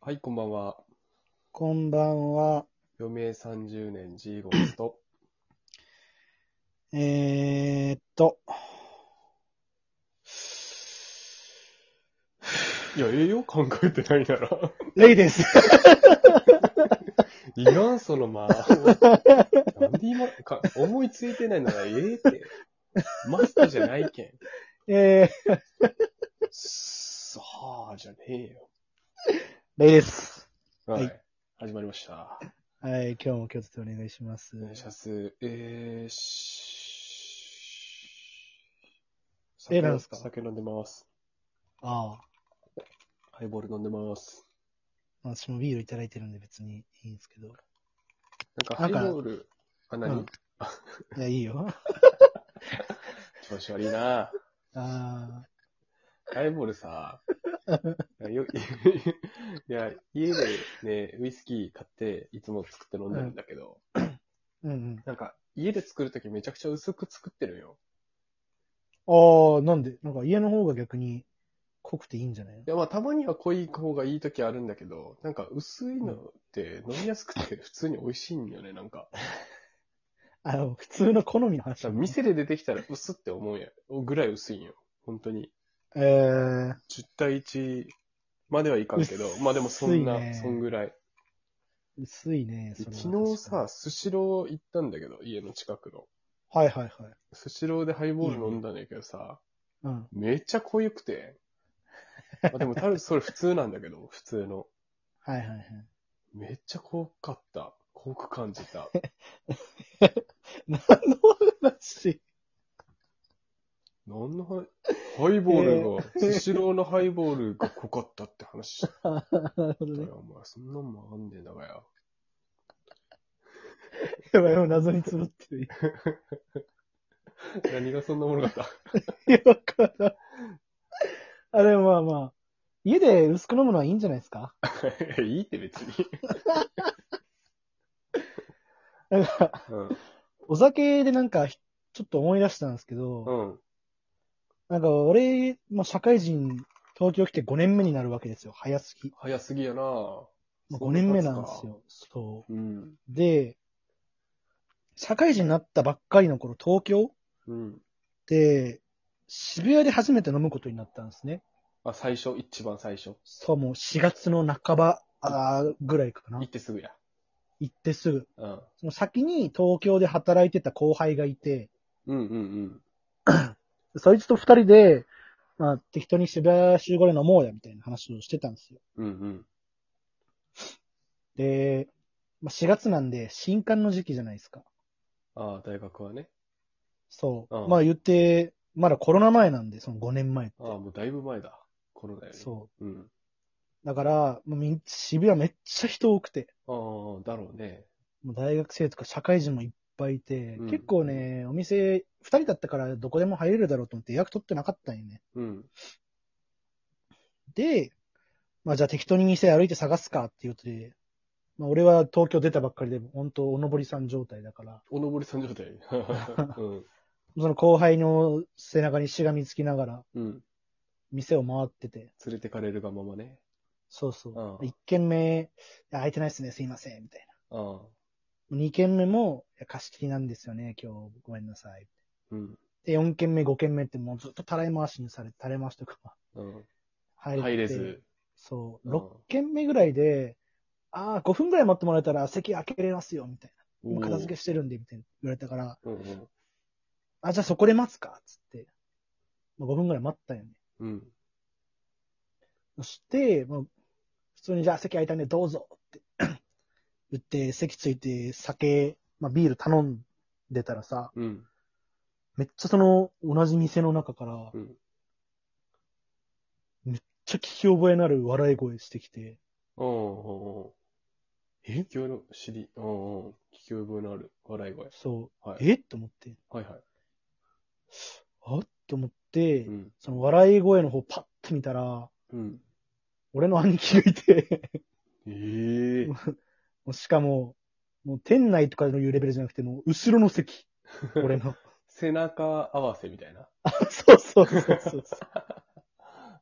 はい、こんばんは。こんばんは。余命30年 G ゴースト。えー、っと。 いや、ええよ、考えてないなら。レイです。 いらん、そのまあ。なんで今か、思いついてないならええって。マストじゃないけん。えー、さあ、じゃねえよ。レイです。はい。はい始まりました。はい、今日も今日とお願いしますお。願いします。えー、しえなんすか酒飲んでます。あハイボール飲んでます。あ、私もビールいただいてるんで別にいいんですけど。なんか、ハイボール、あ、何、うんいや、いいよ。調子悪いなあハイボールさ、よいや、家でね、ウイスキー買って、いつも作って飲んでるんだけど、ー、うんうん。なんか、家で作るときめちゃくちゃ薄く作ってるよ。ああ、なんでなんか家の方が逆に濃くていいんじゃないいや、まあ、たまには濃い方がいいときあるんだけど、なんか、薄いのって飲みやすくて普通に美味しいんよね、なんか。あの、普通の好みの話、だから店で出てきたら薄って思うやん。ぐらい薄いんよ。本当に。えー、 10対1まではいかんけど薄い、ねまあでもそんな、そんぐらい。薄いね、それは昨日さ、、スシロー行ったんだけど、家の近くの。はいはいはい。スシローでハイボール飲んだんだけどさ、うん。めっちゃ濃ゆくて。まあ、でも多分それ普通なんだけど、普 通の。はいはいはい。めっちゃ濃かった。濃く感じた。何の話 なんのハイ、ハイボールが、スシローのハイボールが濃かったって話だあー なるほどよね。。お前、そんなんもんあんねんだがよ。やばい、もう謎につぶってる。何がそんなものかった。いや、わからん。あれ、まあまあ。家で薄く飲むのはいいんじゃないですかい やいいって別に。なんか、うん。お酒でなんか、ちょっと思い出したんですけど、うん。なんか俺、まあ社会人、東京来て5年目になるわけですよ。早すぎ。早すぎやなまあ、5年目なんです。よ。そうん。う。で、社会人になったばっかりの頃、東京うん。で、渋谷で初めて飲むことになったんですね。あ、最初、一番最初。そう、もう4月の半ばあーぐらいかな行っ。てすぐや。行ってすぐ。うん。その先に東京で働いてた後輩がいて、うんうんうん。そいつと二人で、まあ、適当に渋谷集合で飲もうや、みたいな話をしてたんですよ。うんうん。で、まあ、4月なんで、新刊の時期じゃないですか。ああ、大学はね。そう。うんまあ言って、まだコロナ前なんで、その5年前って。ああ、もうだいぶ前だ。コロナより。。そううん。う。だから、もうみん渋谷めっちゃ人多くて、ああ、だろうね。もう大学生とか社会人もいっぱいいて、うん結構ね、お店、二人だったからどこでも入れるだろうと思って予約取ってなかったんよね。うん。で、まあじゃあ適当に店歩いて探すかって言うとで、まあ俺は東京出たばっかりで、本当おのぼりさん状態だから、おのぼりさん状 態。うん。その後輩の背中にしがみつきながらうん。店を回ってて、連れてかれるがままね。そうそうう。ん一軒目、いや空いてないっすね、すいません、みたいああ。な。二軒目も、いや貸し切りなんですよね、今日、ごめんなさい。うん。で、四軒目、五軒目ってもうずっとたらい回しにされて、たらい回しとかうん。入れて入れず。そう。うん六軒目ぐらいで、ああ、5分ぐらい待ってもらえたら席開けれますよ、みたいな。今片付けけ。してるんで、みたいな言われたから、うんうん。あ、じゃあそこで待つか、つって。まあ、5分ぐらい待ったよね。うん。そして、まあ、普通にじゃあ席空いたんでどうぞって 言って、席ついて酒、まあ、ビール頼んでたらさ、うん。めっちゃその同じ店の中から、めっうん。ちゃ聞き覚えのある笑い声してきて、うんうんうん。え聞き覚えの知り、うんうん。聞き覚えのある笑い声。そはう、い。えと思って、はいはい。あっと思って、うん。その笑い声の方パッて見たら、うん。俺の兄貴がいて、ええも うしかも、もう店内とかのいうレベルじゃなくて、もう後ろ の席。俺の。 背中合わせみたいな。 そうそうそうそうそう。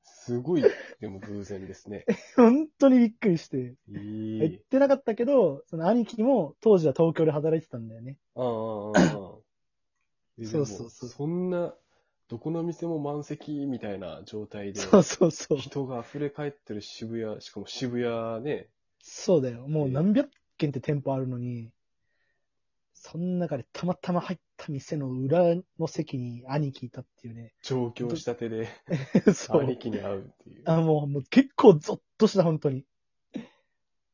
すごい、でも偶然です ね。本当にびっくりして。い行っい。てなかったけど、その兄貴も当時は東京で働いてたんだよね。ああ、ああ、ああ。えでもそうそうそうそんな、どこの店も満席みたいな状態で、そうそうそう。人が溢れ返ってる渋谷、しかも渋谷ね、そうだよ。もう何百軒って店舗あるのに、その中でたまたま入った店の裏の席に兄貴いたってい うね。上京したてで、 そ兄う。貴に会うっていう。あ、もう、もう結構ゾッとした、本当に。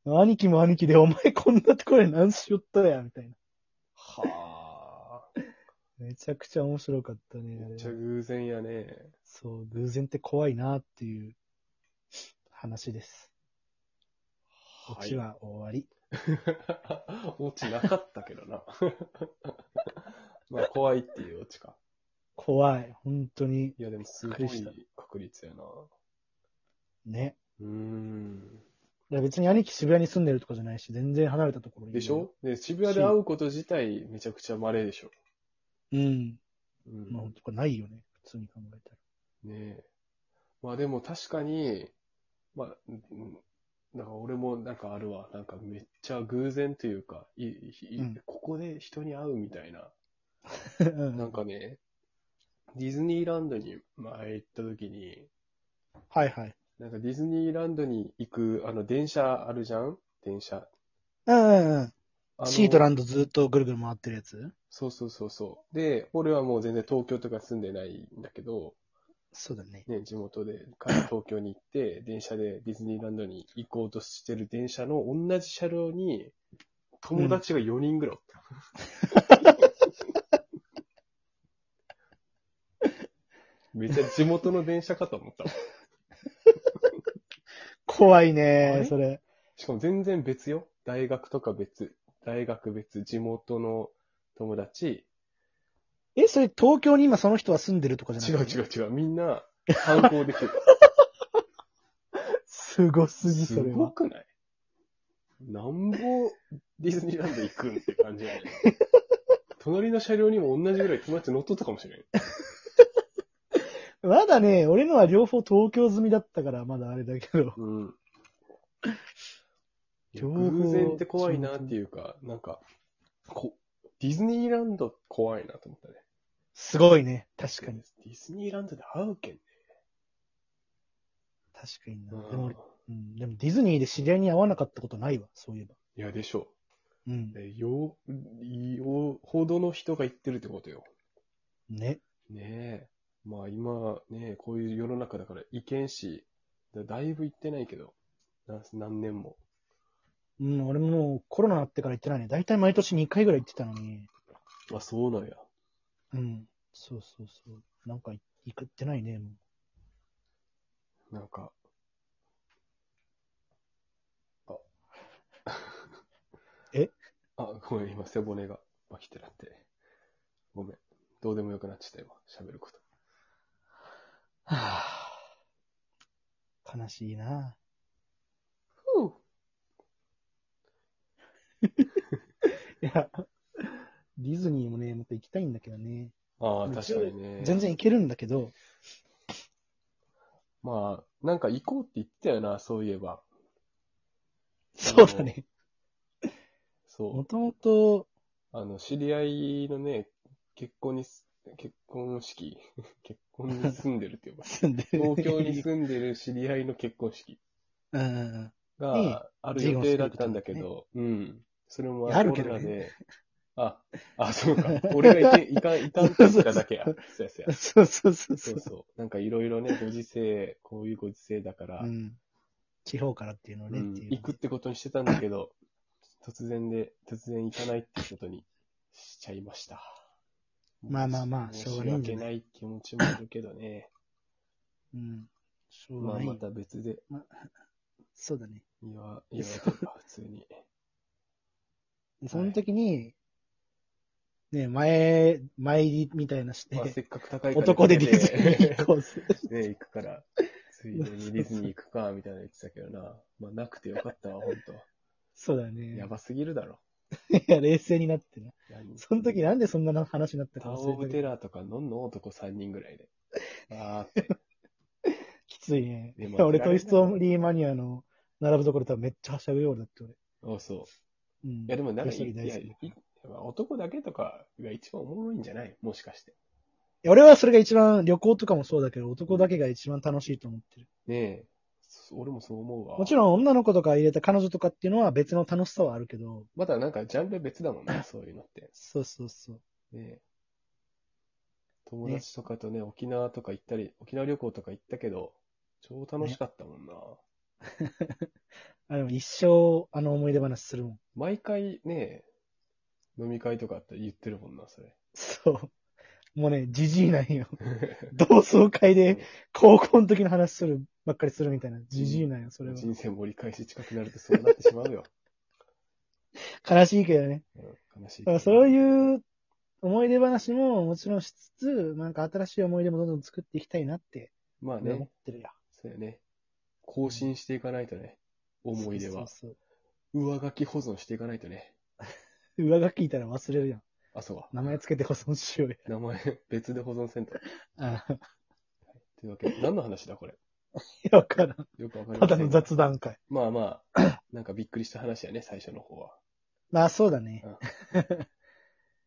兄貴も兄貴で、お前こんなところで何しよったや、みたいはあ。な。めちゃくちゃ面白かったね。あめっれちゃ偶然やね。そう、偶然って怖いなっていう話です。オチは終わり。 オチなかったけどな。 まあ、怖いっていうオチか。怖い。本当に。いや、でもすごびっいくりした確率やな。ね。うーん。いや別に兄貴渋谷に住んでるとかじゃないし、全然離れたところにいるでしょで、渋谷で会うこと自体めちゃくちゃ稀でしょ。うん。うまあ、ほんん。とこれないよね。普通に考えたら。ねえ。まあでも確かに、まあ、うんなんか俺もなんかあるわ。なんかめっちゃ偶然というか、いいいうんここで人に会うみたいな。 うんなんかね、ディズニーランドに前行った時に、はいはい。なんかディズニーランドに行く、あの、電車あるじゃん電車。うんうんうん。あのシートランドずっとぐるぐる回ってるやつそうそうそうそう。で、俺はもう全然東京とか住んでないんだけど、そうだね。ね、地元で、から東京に行って、電車でディズニーランドに行こうとしてる電車の同じ車両に、友達が4人ぐらいおった。めっちゃ地元の電車かと思ったわ。怖いあねれそれ。しかも全然別よ。大学とか別。大学別、地元の友達。え、それ東京に今その人は住んでるとかじ違ゃうない違う違う。みんな、反抗できる。すごすぎ、すそれごは。くないなんぼディズニーランド行くんって感じや ね。隣の車両にも同じぐらい友達乗っとったかもしれん。まだね、俺のは両方東京済みだったから、まだあれだけど。 うん。いや情報偶然って怖いなっていうか、なんか、こディズニーランド怖いなと思ったね。すごいね。確かに。ディズニーランドで会うけんね。確かにな。でもうん俺、うん、でもディズニーで知り合いに会わなかったことないわ、そういえば。いや、でしょうんう。。ねよ、よほどの人が行ってるってことよ。ね。ねえ。まあ今ね、こういう世の中だから行けんし、だだいぶ行ってないけど、な何年も。うん、俺ももうコロナになってから行ってないね。だいたい毎年2回ぐらい行ってたのに。あ、そうなんや。うん。そうそうそう。なんかい行くってないね、もう。なんか。あ。 え あ、ごめん、今背骨がバキってなって。ごめん。どうでもよくなっちゃった今、喋ること。はぁ。悲しいなぁ。いや、ディズニーもね、また行きたいんだけどね。ああ、うん確かにね。全然行けるんだけど、まあ、なんか行こうって言ってたよな、そういえば。そうだね。そう。もとも と、あの、知り合いのね、結婚にす、結婚式、 結婚に住んでるっ ていうか、住んでる。東京に住んでる知り合いの結婚式うんうんうん。がある予定だったんだけど、うん。それもいやあるけどねコロナで、あ、あ、そうか。俺がいけ、いかん、いかんって言っただけや。そうやそうや。 そうそうそうそそうう。そう。なんかいろいろね、ご時世、こういうご時世だから、うん。地方からっていうのをね、うんっていう。行くってことにしてたんだけど、 突然で、突然行かないってことにしちゃいました。まあまあまあ申しょうがしないん訳じゃなない気持ちもあるけどね。うん。しょうまあがないよまた別でそうだね。言わ、言われとくか、普通 に。でその時に、ね、前、参りみたいなしまあせて、っかく高いから男でディズニー行行ここ うぜ。うね。ね、行くから、ついでにディズニー行くか、みたいなの言ってたけどな。まあなくてよかったわ、ほんと。そうだね。やばすぎるだろ。いや、冷静になってな。その時な。なんでそんな話になっタたかワーオ忘ブれたけテど、ラーとかのんの男3人ぐらいで。あーって。きつついね。でもいや俺、トイストーリーマニアの並ぶところ多分めっちゃはしゃぐようだって、俺。あ、そう。うん。いや、でもなんか、一人い大や、好きいいや男だけとかが一番おもろいんじゃないもしかして。いや俺はそれが一番、旅行とかもそうだけど、男だけが一番楽しいと思ってる。ねえ。そ俺もそう思うわ。もちん。ろん女の子とか入れた彼女とかっていうのは別の楽しさはあるけど、またなんかジャンル別だもんね、そういうのって。そうそうそう。ねえ。友達とかとね、沖縄とか行ったり、沖縄旅行とか行ったけど、超楽しかったもんな。あの、一生、あの思い出話するもん。毎回ね、飲み会とかあって言ってるもんな、それ。そう。もうね、じじいなんよ。同窓会で、高校の時の話する、ばっかりするみたいな。じじいなんよ、それは。人生盛り返し近くなるとそうなってしまう よ。悲しいけどね。うん、悲しいだからそうう。いう思い出話ももちろんしつつ、なんか新しい思い出もどんどん作っていきたいなってまあ俺は思ねっ、てるよ。そうやね。更新していかないとね、思い出は。そうそう上書き保存していかないとね。そう上書きいたら忘れるやん。あ、そうか。名前つけて保存しようや。名前、 別で保存せんと。あ あ、というわけで、何の話だ、これ。いやわからん。よくわかりたませだんのが雑談会。まあまあ、 なんかびっくりした話やね、最初の方は。まあそうだね。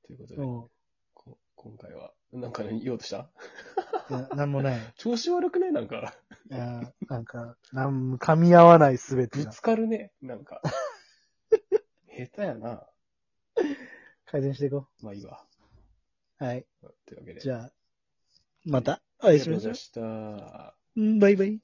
ということで、もこ今回は、なんか、言おうとしたう、ななんもない。調子悪くねなんか、いやなんか、なん噛み合わないすべてぶがつかるね、なん か。下手やな。改善していこまあいいわ。う。はい。というわけで。じゃあ、またお会いしましょありがとうございました。う。うんバイバイ。